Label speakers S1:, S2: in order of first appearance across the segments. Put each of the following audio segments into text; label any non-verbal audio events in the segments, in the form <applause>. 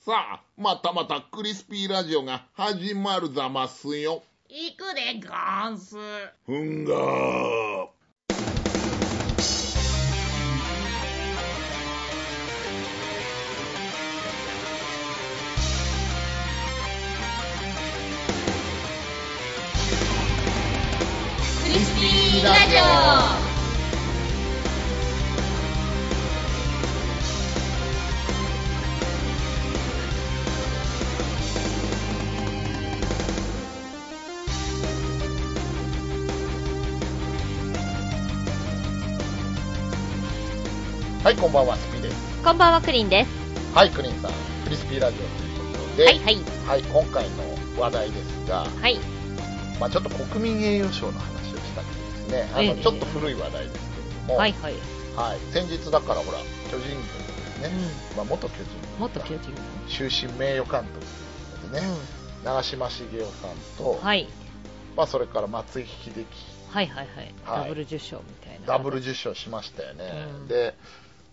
S1: さあ、またまたクリスピーラジオが始まるざますよ。
S2: 行くでガンス。
S1: ふんがー。
S2: クリスピ
S1: ーラジはい、こんばんは、スピです。
S2: こんばんはクリンです。
S1: はい、クリンさん、クリスピーラジオということで、
S2: はい、はい
S1: はい、今回の話題ですが、
S2: はい
S1: まあ、ちょっと国民栄誉賞の話をしたくてですね、あ
S2: え
S1: の
S2: え
S1: ちょっと古い話題ですけれども、
S2: はいはい。
S1: はい先日だからほら、巨人軍のですね、
S2: う
S1: まあ、元巨人軍
S2: ん。もっと巨人。
S1: 終身名誉監督ということでね、長嶋茂雄さんと、
S2: うん。はい
S1: まあ、それから松井秀喜、
S2: はいはいはい。
S1: はい
S2: ダブル受賞みたいな。
S1: ダブル。受賞しましたよね。
S2: うん
S1: で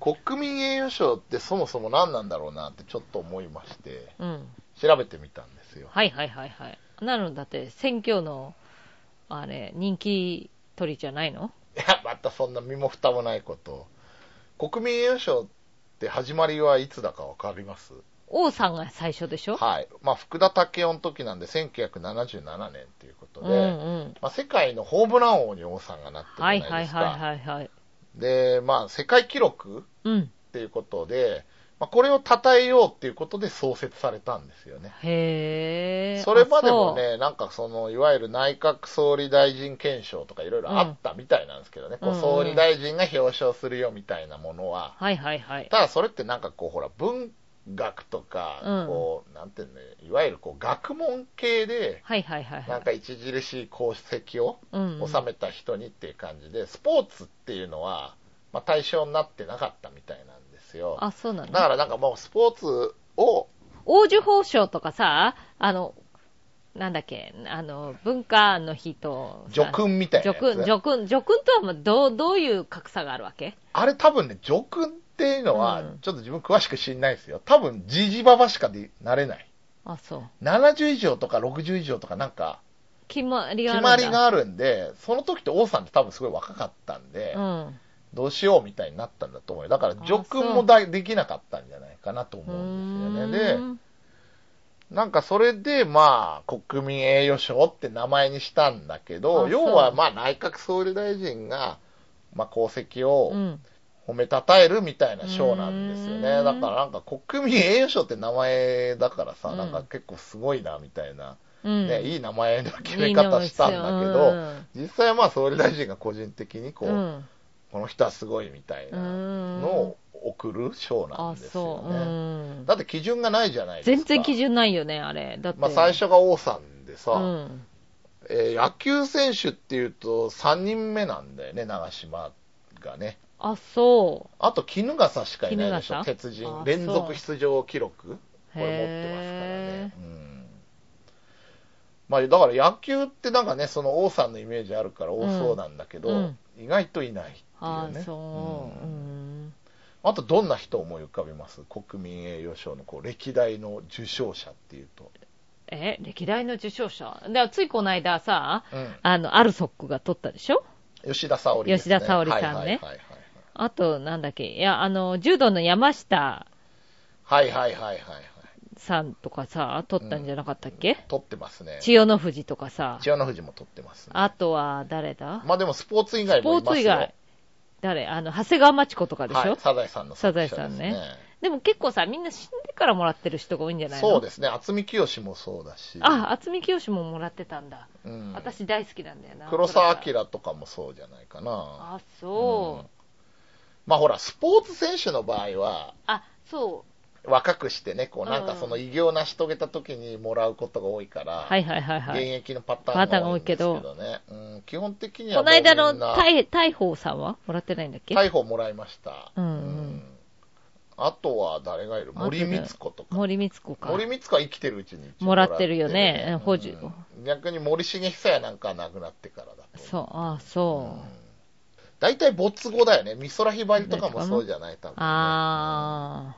S1: 国民栄誉賞ってそもそも何なんだろうなってちょっと思いまして
S2: うん。
S1: 調べてみたんですよ <laughs>
S2: はいはいはいはい。なのだって選挙のあれ人気取りじゃないの？
S1: いや、またそんな身も蓋もないことを。国民栄誉賞って始まりはいつだかわかります
S2: 王さんが最初でしょ？
S1: はい。まあ、福田武雄の時なんで、1977年ということ
S2: う
S1: で、
S2: んうん。
S1: まあ、世界のホームラン王に王さんがなってるじゃな
S2: はいい
S1: ですか。
S2: はいはいはいはい。
S1: で、まあ、世界記録
S2: うん。
S1: っていうことで、まあ、これを称えようっていうことで創設されたんですよね。
S2: へえ。
S1: それまでも
S2: あ。
S1: ね、なんかその、いわゆる内閣総理大臣憲章とかいろいろあったみたいなんですけどね、
S2: うん
S1: こう総理大臣が表彰するよみたいなものは、
S2: そうはいはいはい。
S1: ただそれってなんかこうほら文学とか、
S2: うん
S1: こうなんていうのねいわゆるこう学問系で
S2: はいはいはいはい。
S1: なんか著しい功績を
S2: うんうん
S1: 収めた人にっていう感じで、スポーツっていうのは、まあ、対象になってなかったみたいなんですよ
S2: あ、そうなん
S1: だ
S2: だ。
S1: からなんかもうスポーツを
S2: 王女褒章とかさ、あの、なんだっけ、あの、文化の日と、
S1: 叙勲みたいな
S2: 叙
S1: やつ
S2: 勲、叙勲、叙勲とはまあどう、どういう格差があるわけ
S1: あれ多分ね叙勲っていうのは
S2: うん
S1: ちょっと自分詳しく知んないですよ多分じじばばしかでなれない
S2: あ、そう。
S1: 70以上とか60以上とかなんか
S2: 決まり
S1: 決
S2: があるんだ。
S1: まりがあるんで、その時って王さんって多分すごい若かったんで、
S2: うん。
S1: どうしようみたいになったんだと思うよ。だから、
S2: あ
S1: 叙勲もだできなかったんじゃないかなと思うんですよ
S2: うー
S1: ね。
S2: ん
S1: で、なんかそれで、まあ、国民栄誉賞って名前にしたんだけ
S2: あ
S1: ど、
S2: そう
S1: 要は、まあ、内閣総理大臣が、まあ、功績
S2: う
S1: を
S2: ん。
S1: 褒めたたえるみたいな賞なんですよ
S2: う
S1: ね。
S2: ん
S1: だから、なんか国民栄誉賞って名前だからさ、
S2: うん
S1: なんか結構すごいな、みたいな、
S2: うん。
S1: ね、いい名前の決
S2: い
S1: め
S2: いの
S1: 方
S2: です
S1: したんだけど、
S2: よ
S1: 実際はまあ総理大臣が個人的にこ
S2: う
S1: う、
S2: んうん。
S1: この人はすごいみたいなのを送る賞
S2: うん
S1: な
S2: あ、
S1: んですよ
S2: そう。う
S1: ね。
S2: ん。
S1: だって基準がないじゃないですか。
S2: 全然基準ないよね、あれ。だって。
S1: まあ最初が王さんでさ、
S2: うん。
S1: えー野球選手っていうと3人目なんだよね、長嶋がね。
S2: あ、そ
S1: あと衣笠しかいないでしょ、
S2: 衣笠
S1: 鉄人。
S2: あ
S1: 連
S2: そ
S1: 続
S2: う
S1: 出場記録。
S2: う。
S1: これ持ってますから
S2: へ
S1: ね。うんまあ、だから野球ってなんかね、その王さんのイメージあるから多そうなんだけど、
S2: うん
S1: 意外といないってい
S2: あ
S1: うね。
S2: そう。う
S1: うん
S2: ん。
S1: あとどんな人を思い浮かべます国民栄誉賞のこう歴代の受賞者っていうと。
S2: え歴代の受賞者でついこの間さ、
S1: うん
S2: あの、アルソックが取ったでしょ
S1: 吉田沙保里ですね。
S2: 吉田沙保里さんね
S1: はい
S2: あと、なんだっけ、いや、あの、柔道の山下
S1: はいはいはい。はいはいはいはいはい。
S2: さんとかさ、取ったんじゃなかったっけ、
S1: 撮ってますね。
S2: 千代の富士とかさ、
S1: 千代の富士も撮ってますね、
S2: あとは誰だ、
S1: まあでもスポーツ以外
S2: スポ
S1: もい
S2: ー
S1: ま
S2: ツ
S1: す
S2: 以
S1: よ。
S2: 外、誰あの、長谷川町子とかでしょ、
S1: はい、サザエさんの作者です
S2: サザエさんねでも結構さ、みんな死んでからもらってる人が多いんじゃないの
S1: そうですね。渥美清もそうだし。
S2: あ、渥美清ももらってたんだ。
S1: うん、
S2: 私大好きなんだよな。
S1: 黒澤
S2: 明。
S1: 明とかもそうじゃないかな。
S2: あ、そう。
S1: うんまあほら、スポーツ選手の場合は、
S2: あ、そう。
S1: 若くしてね、こうなんか
S2: うん
S1: その偉業を成し遂げた時にもらうことが多いから、
S2: はいはいはいはい。
S1: 現役のパターンが多いんですけ
S2: パタ
S1: どね。うん、基本的には
S2: この間の
S1: もうみんな
S2: 大大鵬さんはもらってないんだっけ
S1: 逮捕もらいました。
S2: うんうん
S1: あとは誰がいる森光子とか。
S2: 森光子か。
S1: 森光子は生きてるうちに一応
S2: もらってるよね
S1: もらってる
S2: 保持
S1: うん逆に森重久也なんかは亡くなってからだと。
S2: そう、ああ、
S1: う
S2: そ
S1: ん大体没後だよね。美空ひばりとかもそうじゃない、多分ね、
S2: う。ああ、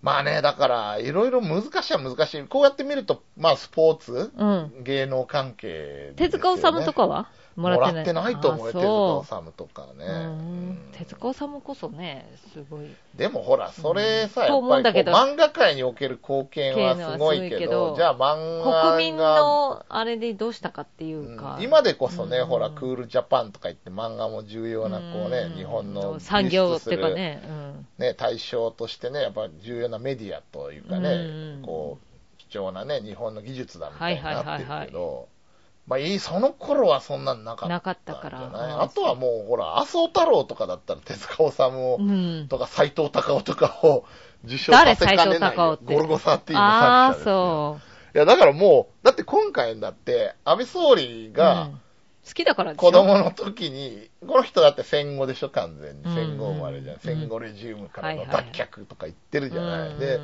S1: まあね、だから、いろいろ難しいは難しい。こうやって見ると、まあ、スポーツ、
S2: うん。
S1: 芸能関係ですよね、
S2: 手塚治虫とかはも
S1: も
S2: ら
S1: ら
S2: ってない
S1: ってないと思うよ、
S2: あ
S1: 手
S2: そ
S1: 塚治虫とかね。
S2: ううん
S1: うん
S2: 手塚治虫こそね、すごい。
S1: でもほら、それさ、
S2: うん
S1: や
S2: と
S1: っ
S2: 思
S1: ぱ
S2: うんだけ
S1: り
S2: ど
S1: こう漫画界における貢献はすごいけど、
S2: 貢献はすごいけど
S1: じゃあ漫画が
S2: 国民のあれでどうしたかっていうか。
S1: うん今でこそね、
S2: うん
S1: ほら、クールジャパンとか言って漫画も重要な、こうね
S2: ん、
S1: 日本の
S2: 産業っていうか
S1: 輸出
S2: ね、うん
S1: するね、対象としてね、やっぱ重要なメディアというか
S2: う
S1: ね
S2: ん、
S1: こう、貴重なね、日本の技術だみたいになってる
S2: はいはい
S1: け
S2: はい
S1: ど、まあいい、その頃はそんなんなかったんじゃ
S2: なかったから
S1: ない
S2: うん
S1: あとはもう、ほら、麻生太郎とかだったら手塚治虫を
S2: うん。
S1: とか斎藤隆夫とかを受賞させかねない
S2: 誰斎藤隆夫って
S1: ゴルゴ13の
S2: ああ
S1: 作者で
S2: ー、
S1: すよ
S2: そ
S1: いや、だからもう、だって今回だって、安倍総理
S2: う。う
S1: が
S2: ん好きだからでしょ
S1: 子供の時に、この人だって戦後でしょ、完全に
S2: う。ん
S1: 戦後生まれじゃん。戦後レジウムからの
S2: はいはい
S1: 脱却とか言ってるじゃない。
S2: うん
S1: で、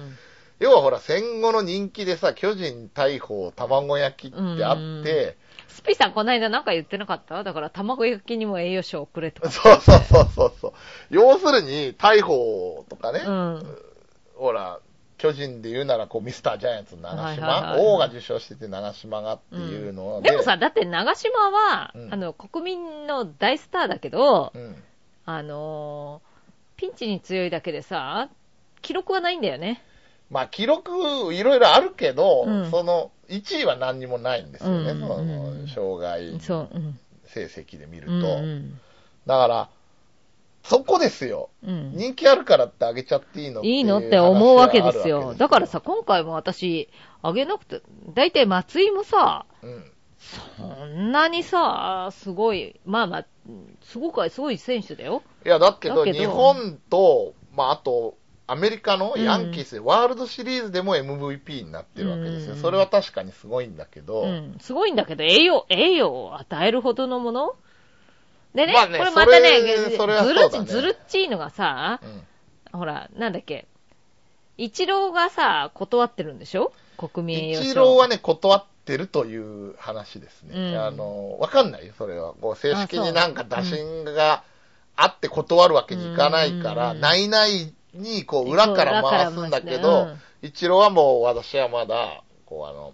S1: 要はほら、戦後の人気でさ、巨人大砲、卵焼きってあって、
S2: スピさんこの間なんか言ってなかっただから卵焼きにも栄養士をくれと
S1: <laughs>
S2: か。
S1: そうそうそうそうそう。要するに、大砲とかね、
S2: うん。
S1: ほら、巨人で言うなら、こう、ミスタージャイアンツの長島、
S2: はいはいはいはい
S1: 王が受賞してて長島がっていうの
S2: でもさ、だって長島は、
S1: うん
S2: あの、国民の大スターだけど
S1: う、ん、
S2: あのーピンチに強いだけでさ、記録はないんだよね。
S1: まあ、記録、いろいろあるけど、
S2: うん
S1: その、1位は何にもないんですよね、
S2: うん
S1: そ
S2: うん
S1: の、障害
S2: そう、うん。
S1: 成績で見る
S2: うん
S1: と。
S2: うん
S1: だから、そこですよ。
S2: うん
S1: 人気あるからってあげちゃっていいの
S2: いいのって思うわけです
S1: 話はあるわ
S2: よ。
S1: け
S2: だからさ、、今回も私、あげなくて、だいたい松井もさ、
S1: うん、
S2: こんなにさ、すごい、まあまあ、すごく、すごい選手だよ。
S1: いや、だけど、
S2: だけど
S1: 日本と、まあ、あと、アメリカのヤンキースで、ワールドシリーズでも MVP になってるわけですよ。
S2: うん
S1: それは確かにすごいんだけど、
S2: うん、すごいんだけど、栄養、栄養を与えるほどのものでね、
S1: まあね
S2: これまたね、
S1: それそれは
S2: ず
S1: そう
S2: る
S1: だね
S2: ずるっちいのがさ、
S1: うん
S2: ほら、なんだっけ、一郎がさ、断ってるんでしょ国民栄養賞。
S1: 一郎はね、断ってるという話ですね。
S2: うん
S1: あの、わかんないよ、それは。こう正式
S2: あそ
S1: に
S2: う
S1: なんか打診があって断るわけにいかないから、
S2: うん
S1: ないないにこう裏から回すんだけ
S2: そう裏から回
S1: ど
S2: して、
S1: 一郎はもう私はまだ、こうあの、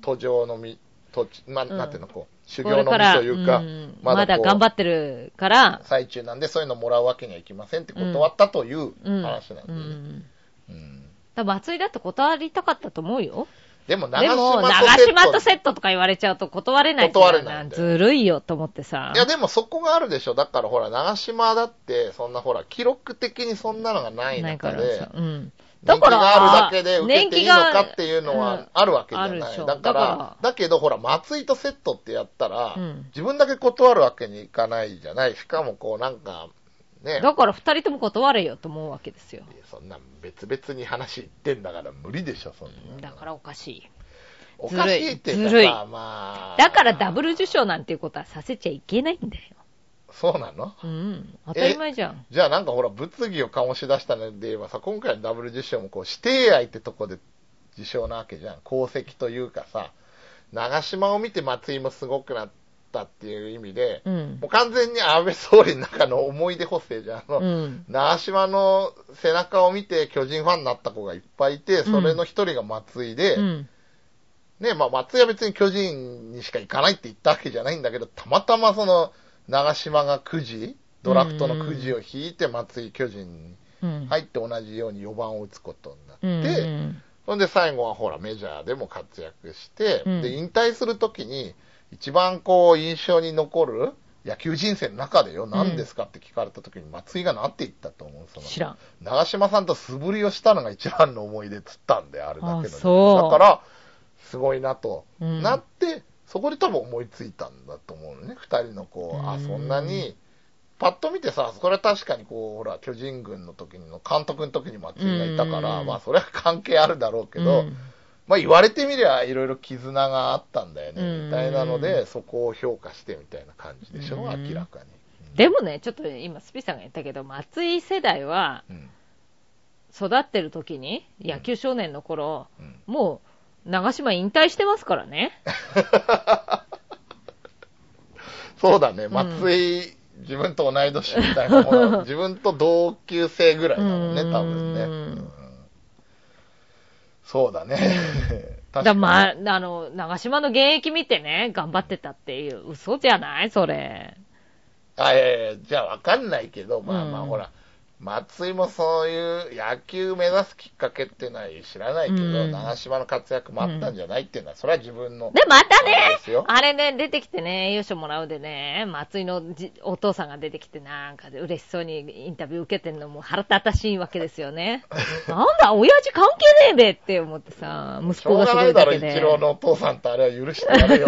S1: 途上のみ、途中、まあ、
S2: うん
S1: なんていうの、こう、修
S2: こ
S1: 行の
S2: れ
S1: み
S2: から
S1: というか、
S2: ん
S1: まだこう
S2: まだ頑張ってるから、
S1: 最中なんでそういうのもらうわけにはいきませんって断ったという
S2: うん。
S1: 話なんで、
S2: う
S1: ね
S2: ん。
S1: うん
S2: 多分松井だって断りたかったと思うよ。
S1: でも長
S2: でも、長島とセットとか言われちゃうと断れないって
S1: 断れないんだよ
S2: ずるいよと思ってさ。
S1: いや、でもそこがあるでしょ。だからほら、長島だって、そんなほら、記録的にそんなのがない
S2: ない
S1: 中
S2: から
S1: で
S2: さ。、うん。
S1: 人
S2: だ
S1: 気
S2: から、
S1: があるだけで受けていいのか
S2: 年季が
S1: っていうの
S2: う
S1: は
S2: ん
S1: あるわけじゃ
S2: ある
S1: な
S2: で
S1: い。
S2: しょ
S1: だか
S2: だからら、
S1: だけどほら、松井とセットってやったら、
S2: うん
S1: 自分だけ断るわけにいかないじゃない。しかもこうなんか、ね、
S2: だから二人とも断れよと思うわけですよ。
S1: そんな別々に話言ってんだから無理でしょ、そんな。
S2: だからおかしい。
S1: おかしいっていう
S2: ずるい
S1: かさ、まあ。
S2: だからダブル受賞なんていうことはさせちゃいけないんだよ。
S1: そうなの
S2: うん。当たり前じゃん。
S1: じゃあなんかほら、物議を醸し出したので言えばさ、今回のダブル受賞もこう、指定愛ってとこで受賞なわけじゃん。功績というかさ、長島を見て松井もすごくなったっていう意味で、
S2: うん
S1: もう。完全に安倍総理の中の思い出補正じゃん。あの、
S2: うん。
S1: 長島の背中を見て巨人ファンになった子がいっぱいいて、それの一人が松井で、
S2: うん。
S1: ね、まあ松井は別に巨人にしか行かないって言ったわけじゃないんだけど、たまたまその、長島がくじ、ドラフトのくじを引いて松井巨人に
S2: うん。
S1: 入って同じように4番を打つこと
S2: う
S1: に
S2: ん。
S1: なって、そんで最後はほらメジャーでも活躍して、
S2: うん
S1: で引退するときに一番こう印象に残る野球人生の中でよ、何ですかって聞かれたときに松井が何て言ったと思うその
S2: 知らん。
S1: 長嶋さんと素振りをしたのが一番の思い出っつったんで、あれだけ
S2: あ
S1: ど、
S2: そう
S1: だから、すごいなと、
S2: うん
S1: なって、そこで多分思いついたんだと思うのね、二人のこう、あ、
S2: うん
S1: そんなに、パッと見てさ、それは確かにこう、ほら、巨人軍の時の監督の時に松井がいたから、
S2: うん
S1: まあ、それは関係あるだろうけど、
S2: うん
S1: まあ、言われてみりゃ、いろいろ絆があったんだよ
S2: うん
S1: ね、みたいなので、そこを評価してみたいな感じでしょ、
S2: うん
S1: 明らかに。
S2: でもね、ちょっと今、スピさんが言ったけど、松井世代は、
S1: うん、
S2: 育ってる時に、野球少年の頃、
S1: うん
S2: もう、長島引退してますからね。
S1: そうだね、
S2: ん
S1: 松井、自分と同い年み
S2: <laughs>
S1: たいなもの、自分と同級生ぐらいだもんね、
S2: うん
S1: 多分ね。
S2: うん
S1: うんそうだね。確
S2: だまあ、あの、長島の現役見てね、頑張ってたっていう、嘘じゃないそれ。
S1: あ、いやいや、じゃあわかんないけど、まあまあ、
S2: うん
S1: ほら、松井もそういう野球目指すきっかけっていうのは知らないけど、
S2: うん
S1: 長島の活躍もあったんじゃないっていうのは、それは自分の。
S2: で、また
S1: あれ
S2: ね
S1: ですよ、
S2: あれね、出てきてね、優勝もらうでね、松井のじお父さんが出てきて、なんかで嬉しそうにインタビュー受けてんのも腹立たしいわけですよ
S1: <laughs>
S2: ね。なんだ、親父関係ねえべって思ってさ、息
S1: しょ
S2: 子
S1: う
S2: が
S1: が
S2: す
S1: な
S2: ご
S1: い
S2: い
S1: だ
S2: だ
S1: ろ、
S2: け
S1: 一
S2: で。
S1: 郎のお父さんとあれは許してやれよ、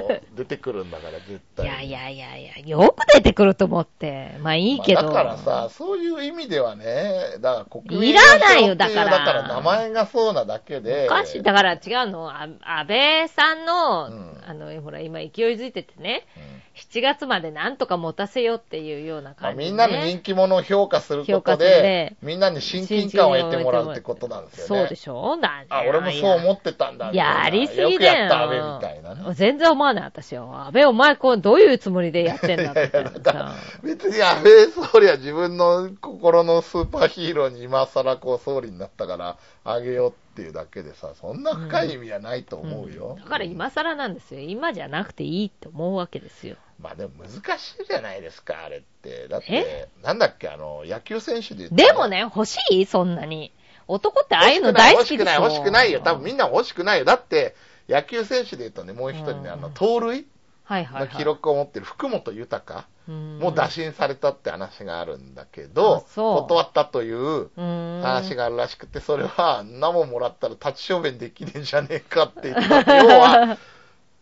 S1: も
S2: <laughs>
S1: う出てくるんだから、絶
S2: い
S1: 対。
S2: やいやいやいや、よく出てくると思って。まあいいけど。
S1: まあだからさ、そういう意味ではね、だから国
S2: いらないよ
S1: 民ってう
S2: だから
S1: だから名前がそうなだけで。
S2: おかしい。だから違うの、あ安倍さんの、
S1: うん
S2: あの、ほら、今勢いづいててね、
S1: うん
S2: 7月までなんとか持たせようっていうよう
S1: ま
S2: な
S1: あ
S2: 感じ、ね。
S1: みんなの人気者を評価するこ
S2: 評価
S1: と
S2: するね
S1: で、みんなに親近感を得てもらうってことなんですよね。
S2: そうでしょなん
S1: あ、俺もそう思ってたんだ。
S2: いや、ありすぎ
S1: よく
S2: だよ。
S1: やった、安倍みたいなね。
S2: 全然思わない、私は。安倍、お前、こう、どういうつもりでやってんだみたい
S1: い
S2: な
S1: やい <laughs> やだか
S2: さ。
S1: 別に安倍総理は自分の心のスーパーヒーローに今更こう総理になったからあげようっていうだけでさ、そんな深い意味はないと思うよ。
S2: んだから今更なんですよ。今じゃなくていいって思うわけですよ。
S1: まあでも難しいじゃないですか、あれって。だっ
S2: え
S1: て、なんだっけ、あの、野球選手で言ったら
S2: でも、ね、欲しいそんなに。男ってああいうの大好きでし
S1: 欲
S2: ょ
S1: しくない、欲しくないよ。多分みんな欲しくないよ。だって、野球選手で言うとね、もう一人ね、
S2: うん
S1: あの、盗塁
S2: はいはい、は
S1: の
S2: い。
S1: 記録を持ってる福本豊
S2: も
S1: も打診されたって話があるんだけど、
S2: あそう
S1: 断ったという
S2: 話
S1: 話。があるらしくて、それは、あんなもんもらったら立ち小便できねえんじゃねえかって言った
S2: <laughs>
S1: って。要は、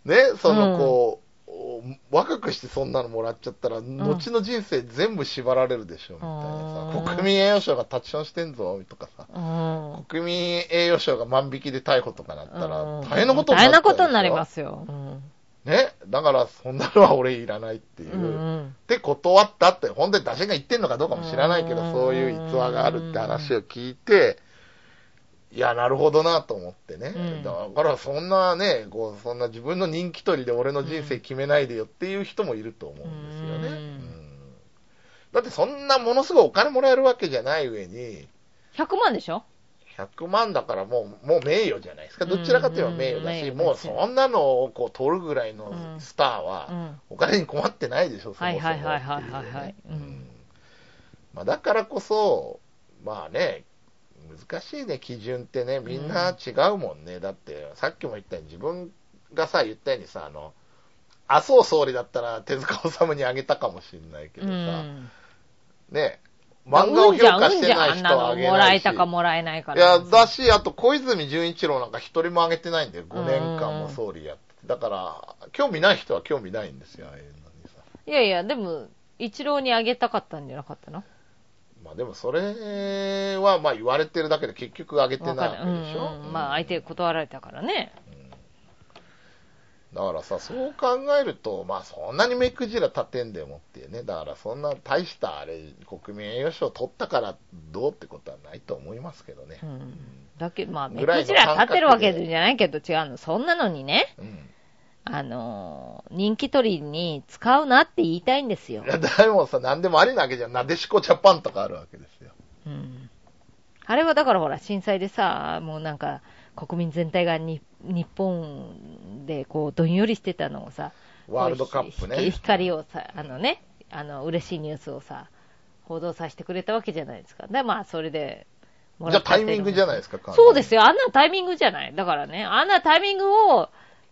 S1: ね、そのこう、お若くしてそんなのもらっちゃったら、後の人生全部縛られるでしょ、みたいな
S2: あ
S1: さ
S2: ー。
S1: 国民栄誉賞が立ちションしてんぞ、とかさ。
S2: うん
S1: 国民栄誉賞が万引きで逮捕とかなったら、
S2: うん
S1: 大変なことになっちゃうでしょ
S2: 大変なことになりま。すよ。うん
S1: ね、だからそんなのは俺いらないっていう。
S2: うん
S1: で、断ったって、本当に打診が言ってんのかどうかも知らないけ
S2: うん
S1: ど、そういう逸話があるって話を聞いて、いや、なるほどなと思ってね。
S2: うん
S1: だから、そんなね、こう、そんな自分の人気取りで俺の人生決めないでよっていう人もいると思うんですよね。
S2: うん
S1: うんだって、そんなものすごいお金もらえるわけじゃない上に、
S2: 100万でしょ
S1: 100万だからもう、もう名誉じゃないですか。どちらかといえば名誉だ
S2: うん
S1: し、
S2: うん
S1: もうそんなのをこう、取るぐらいのスターは、
S2: うん
S1: お金に困ってないでしょ、そもそも
S2: はいはいはいはいはいはい
S1: ってうね
S2: うん
S1: うんまあ、だからこそ、まあね、難しいね、基準ってね、みんな違うもんね、だって、さっきも言ったように、自分がさ、言ったようにさ、あの麻生総理だったら手塚治虫にあげたかもしれないけど
S2: う
S1: さ、
S2: ん
S1: ね、漫画を評価してない人はあ
S2: うん
S1: げ
S2: じゃんうんじゃんあんなのもら
S1: な
S2: え
S1: いし。
S2: たかもらえないか
S1: い
S2: ら。
S1: や、だし、あと小泉純一郎なんか一人もあげてないんだよ、5年間も総理やってて。だから、興味ない人は興味ないんですよ、ああいうのにさ。
S2: いやいや、でも、一郎にあげたかったんじゃなかったの
S1: まあでもそれはまあ言われてるだけで結局上げてない
S2: わか
S1: わ
S2: る。う
S1: けでしょ、
S2: んうん。まあ、相手断られたからね。
S1: だからさそう考えるとまあそんなに目くじら立てんでもっていうねだからそんな大したあれ国民栄誉賞取ったからどうってことはないと思いますけどね
S2: う、ん。だけど、まあ、目
S1: ぐらい
S2: く
S1: の
S2: じ
S1: 感覚で
S2: ら立ってるわけじゃないけど違うの。そんなのにね、
S1: うん
S2: あのー、人気取りに使うなって言いたいんですよ
S1: い。や誰もさ何でもありなわけじゃんなでしこジャパンとかあるわけですよ
S2: うんあれはだからほら、震災でさ、もうなんか、国民全体がに日本でこう、どんよりしてたのをさ、
S1: ワールドカップ
S2: こうひ
S1: ね
S2: 光をさ、あのね、あの、嬉しいニュースをさ、報道させてくれたわけじゃないですか。で、まあ、それで、も
S1: じ
S2: ら
S1: ゃあ
S2: っちっ
S1: タイ
S2: てる
S1: ミングじゃないですか
S2: そうです
S1: よ
S2: よ。あんなタイミングじゃない。だからね、あんなタイミングを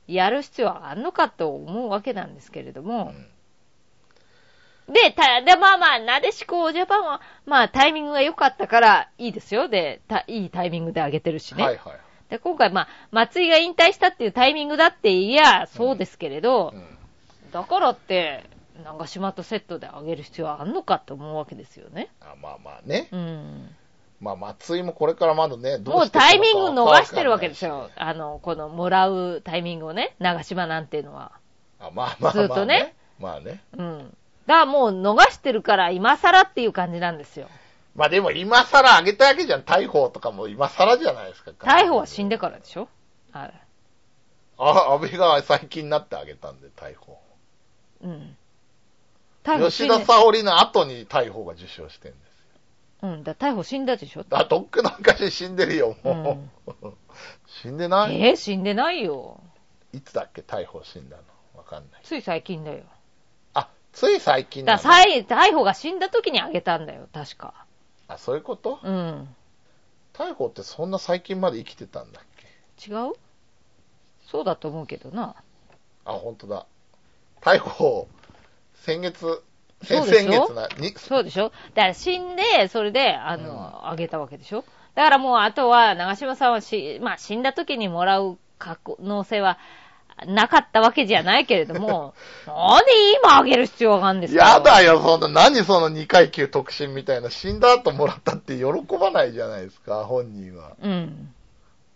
S2: やる必要はあんのかと思うわけなんですけれども。で、た、で、まあまあ、なでしこジャパンは、まあタイミングが良かったからいいですよ。で、た、いいタイミングで上げてるしね。
S1: はいはい、
S2: で、今回まあ、松井が引退したっていうタイミングだっていや、そうですけれど、
S1: うん
S2: だからって、長島とセットで上げる必要はあんのかと思うわけですよね。
S1: あまあまあね、
S2: うん。
S1: まあ松井もこれからまだねど
S2: もう
S1: してい
S2: タイ
S1: くの
S2: ミ
S1: か
S2: ング
S1: わかんな
S2: 逃
S1: い
S2: してるわけですよ。あの、この、もらうタイミングをね、長島なんていうのは。
S1: あまあまあまあ、
S2: ずっとね。
S1: まあね。
S2: うん。だからもう逃してるから、今更っていう感じなんですよ。
S1: まあでも今更あげたわけじゃん。逮捕とかも今更じゃないですか。
S2: 逮捕は死んでからでしょあれ。
S1: あ、安倍が最近になってあげたんで、逮捕。
S2: うん。逮捕死
S1: 吉
S2: んで
S1: 田沙織の後に逮捕が受賞してんです。
S2: うん。だから逮捕死んだでしょ
S1: あ、とっくの昔死んでるよ、もう。 <laughs> 死んでない
S2: えー、死んでないよ。
S1: いつだっけ逮捕死んだのわかんない
S2: つい最近だよ。
S1: あつい最近
S2: だ
S1: な
S2: か
S1: の
S2: ら、さい逮捕が死んだ時にあげたんだよ、確か。
S1: あそういうこと
S2: うん。
S1: 逮捕ってそんな最近まで生きてたんだっけ
S2: 違うそうだと思うけどな。
S1: あ本当だ逮捕先月先
S2: そうでし
S1: 々
S2: ょ
S1: 月なに
S2: そうでしょだから死んで、それで、あの、
S1: うん
S2: あげたわけでしょだからもう、あとは、長嶋さんはし、まあ、死んだ時にもらう可能性は、なかったわけじゃないけれども、
S1: <laughs>
S2: なんで今あげる必要があるんですか
S1: やだよ、そんな、何その2階級特進みたいな、死んだ後もらったって喜ばないじゃないですか、本人は。
S2: うん。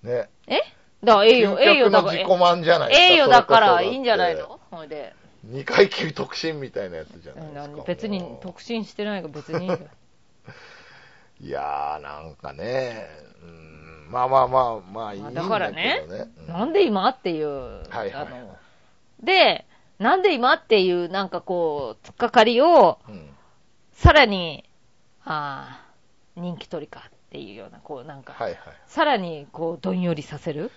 S1: ね。
S2: えだから、ええよ、ええ
S1: 究
S2: よ、
S1: 極
S2: だ
S1: の
S2: から、
S1: 自己満じゃないですか。
S2: ええよ、だから、
S1: それこそ
S2: いいんじゃないのほいで。
S1: 二階級特進みたいなやつじゃ
S2: う
S1: ない
S2: ん
S1: ですか。
S2: 別に
S1: もう
S2: 特進してないから別にいいよ。
S1: いやー、なんかね、うん、まあまあまあ、まあいいんだけどね。
S2: だからね
S1: <laughs> う
S2: なんで今っていう、
S1: はいはい
S2: あ
S1: はい、
S2: の、で、なんで今っていう、なんかこう、突っかかりを、
S1: うん
S2: さらに、ああ、人気取りかっていうような、こうなんか、
S1: はいはい。
S2: さらにこう、どんよりさせる。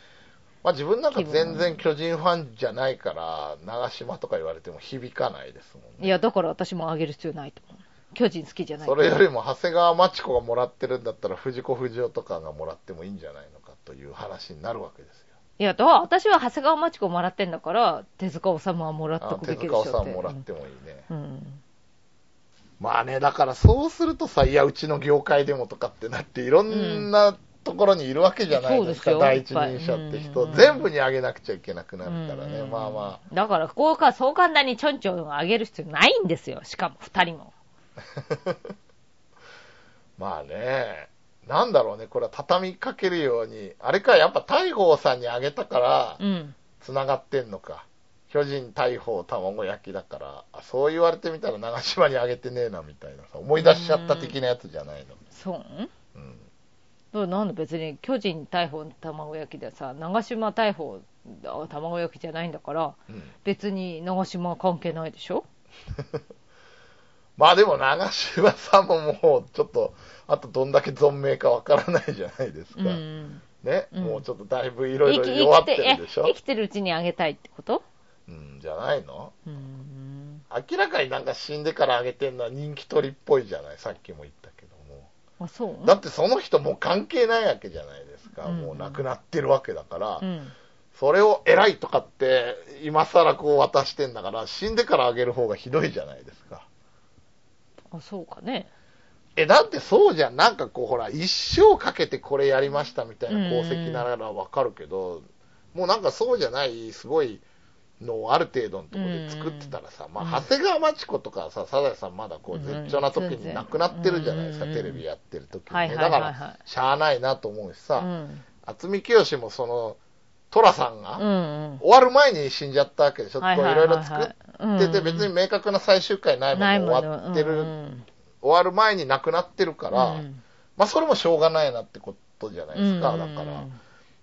S1: まあ自分なんか全然巨人ファンじゃないから、長島とか言われても響かないですもんね。
S2: いや、だから私もあげる必要ないと思う。巨人好きじゃない
S1: それよりも長谷川町子がもらってるんだったら藤子不二雄とかがもらってもいいんじゃないのかという話になるわけですよ。
S2: いや、だから私は長谷川町子もらってんだから、手塚治虫はもらっと
S1: あ
S2: く
S1: 手
S2: べきでし
S1: 塚
S2: ょ
S1: 治
S2: って。
S1: 虫もらってもいいね。
S2: うん。うん
S1: まあね、だからそうするとさ、いや、うちの業界でもとかってなって、いろんなところにいるわけじゃないですか、
S2: そう
S1: 第
S2: で
S1: 一
S2: すよ
S1: 人者って
S2: いっ
S1: 人、
S2: ぱいうん
S1: 全部にあげなくちゃいけなくなるからね、
S2: うん
S1: まあま
S2: だから、こうか、そう簡単にちょんちょんあげる必要ないんですよ。しかも、二人も。
S1: あ、まあね、なんだろうね、これは畳みかけるように、あれか、やっぱ大鵬さんにあげたから、
S2: うん。
S1: つながってんのか巨人大砲卵焼きだからあそう言われてみたら長島にあげてねえなみたいなさ思い出しちゃった的なやつじゃないの
S2: そううん
S1: うん
S2: だからなんで別に巨人大砲卵焼きでさ長島大砲あ卵焼きじゃないんだから
S1: うん
S2: 別に長島は関係ないでしょ
S1: まあでも長島さんももうちょっとあとどんだけ存命かわからないじゃないですか、
S2: うん
S1: ね、
S2: うん
S1: もうちょっとだいぶいろ
S2: 生
S1: い
S2: き
S1: ろ弱
S2: 生き
S1: って
S2: てえ
S1: るでしょ
S2: 生きてるうちにあげたいってこと
S1: うんじゃないの
S2: うん
S1: 明らかになんか死んでからあげてんのは人気取りっぽいじゃないさっきも言ったけども
S2: あそう
S1: だってその人もう関係ないわけじゃないですか、
S2: うん
S1: もう亡くなってるわけだから、
S2: うん
S1: それを偉いとかって、今更こう渡してんだから、死んでからあげる方がひどいじゃないですか。
S2: あそうかね
S1: え、だってそうじゃん。なんかこう、ほら、一生かけてこれやりましたみたいな功績ならわかるけど、もうなんかそうじゃない、すごいのをある程度のところで作ってたらさ、まあ、長谷川町子とかさ、サザエさんまだこう、絶頂な時に亡くなってるじゃないですか、
S2: うん
S1: テレビやってる時に
S2: はい
S1: ね。
S2: はいは
S1: だ
S2: い
S1: か
S2: はい
S1: ら、しゃあないなと思うし
S2: う
S1: さ、
S2: ん
S1: 渥美清もその、寅さんが、
S2: うん
S1: 終わる前に死んじゃったわけでしょ、
S2: はいはいいはい
S1: ろいろ作ってて、別に明確な最終回ないも
S2: ない
S1: ん
S2: も
S1: も
S2: の
S1: 終わってる、
S2: うん
S1: 終わる前に亡くなってるから、
S2: うん
S1: まあそれもしょうがないなってことじゃないですか、
S2: うん
S1: だから。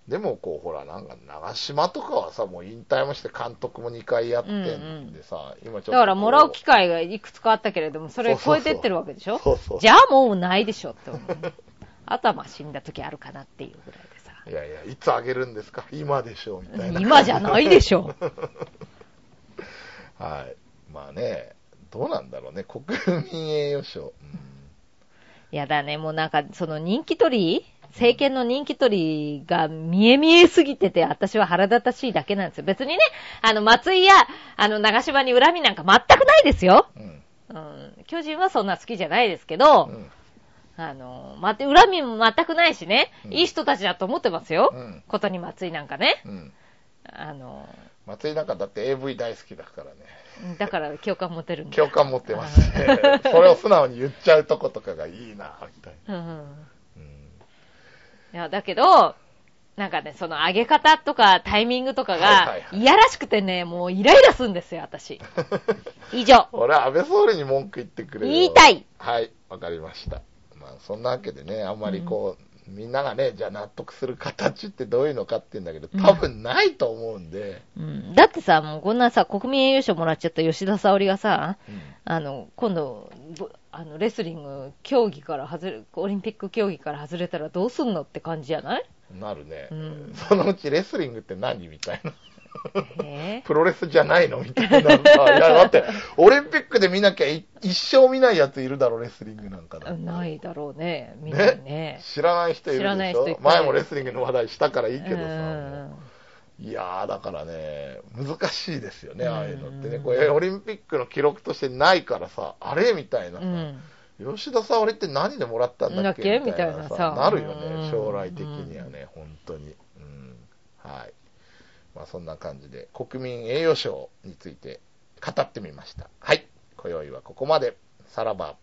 S1: でもこう、ほら、なんか長島とかはさ、もう引退もして監督も2回やってんでさ、今ちょっとこ。
S2: だからもらう機会がいくつかあったけれどもそれを超えてってるわけでしょ
S1: そうそう。
S2: じゃあもうないでしょ
S1: <laughs>
S2: って思う。あとはまあ死んだ時あるかなっていうぐらいでさ。
S1: いやいや、いつあげるんですか今でしょみた <laughs> いな。
S2: 今じゃないでしょ。
S1: はい。まあね、どうなんだろうね、国民栄誉賞。うん
S2: いやだね、もうなんかその人気取り政権の人気取りが見え見えすぎてて、私は腹立たしいだけなんですよ。別にね、あの、松井や、あの、長島に恨みなんか全くないですよ。
S1: うん。
S2: うん。巨人はそんな好きじゃないですけど、
S1: うん。
S2: あの、ま、恨みも全くないしね、
S1: うん
S2: いい人たちだと思ってますよ。
S1: うん
S2: ことに松井なんかね。
S1: うん。
S2: あの、
S1: 松井なんかだって AV 大好きだからね
S2: だから共感持てるんだ
S1: 共感持ってますね
S2: <laughs>
S1: それを素直に言っちゃうとことかがいいなみたい
S2: うん
S1: な、うん
S2: いや、だけど、なんかね、その上げ方とかタイミングとか
S1: はいは
S2: が
S1: い、はい
S2: いやらしくてね、もうイライラするんですよ、私。以上。
S1: 俺は安倍総理に文句言ってくれよ
S2: 言いたい
S1: はいわかりましたまあそんなわけでねあんまりこう、みんながねじゃあ納得する形ってどういうのかって言うんだけど多分ないと思うんで、
S2: うんだってさ、もうこんなさ、国民栄誉賞もらっちゃった吉田沙保里がさ、
S1: うん
S2: あの、今度、ぼあの、レスリング競技から外れ、オリンピック競技から外れたらどうすんのって感じじゃない
S1: なるね、
S2: うん
S1: そのうちレスリングって何みたいな。 <laughs>
S2: え
S1: プロレスじゃないのみたいな。いや、
S2: <laughs>
S1: だって、オリンピックで見なきゃい一生見ないやついるだろ、レスリングなんかだって
S2: ないだろうね、みんなね。
S1: 知らない人いる
S2: 知らな
S1: で
S2: い
S1: し
S2: 人いっ
S1: ょ
S2: ぱい
S1: 前もレスリングの話題したからいいけど
S2: う
S1: さ。
S2: ん
S1: いやー、だからね、難しいですよね、
S2: うん
S1: ああいうのってね。これ、オリンピックの記録としてないからさ、あれみたいなさ。
S2: うん
S1: 吉田さん、俺って何でもらったんだっけ
S2: だっけみたいなさ
S1: なるよ
S2: う
S1: ね、
S2: ん
S1: 将来的にはね、本当に。うん。はい。まあ、そんな感じで、国民栄誉賞について語ってみました。はい。今宵はここまで。さらば。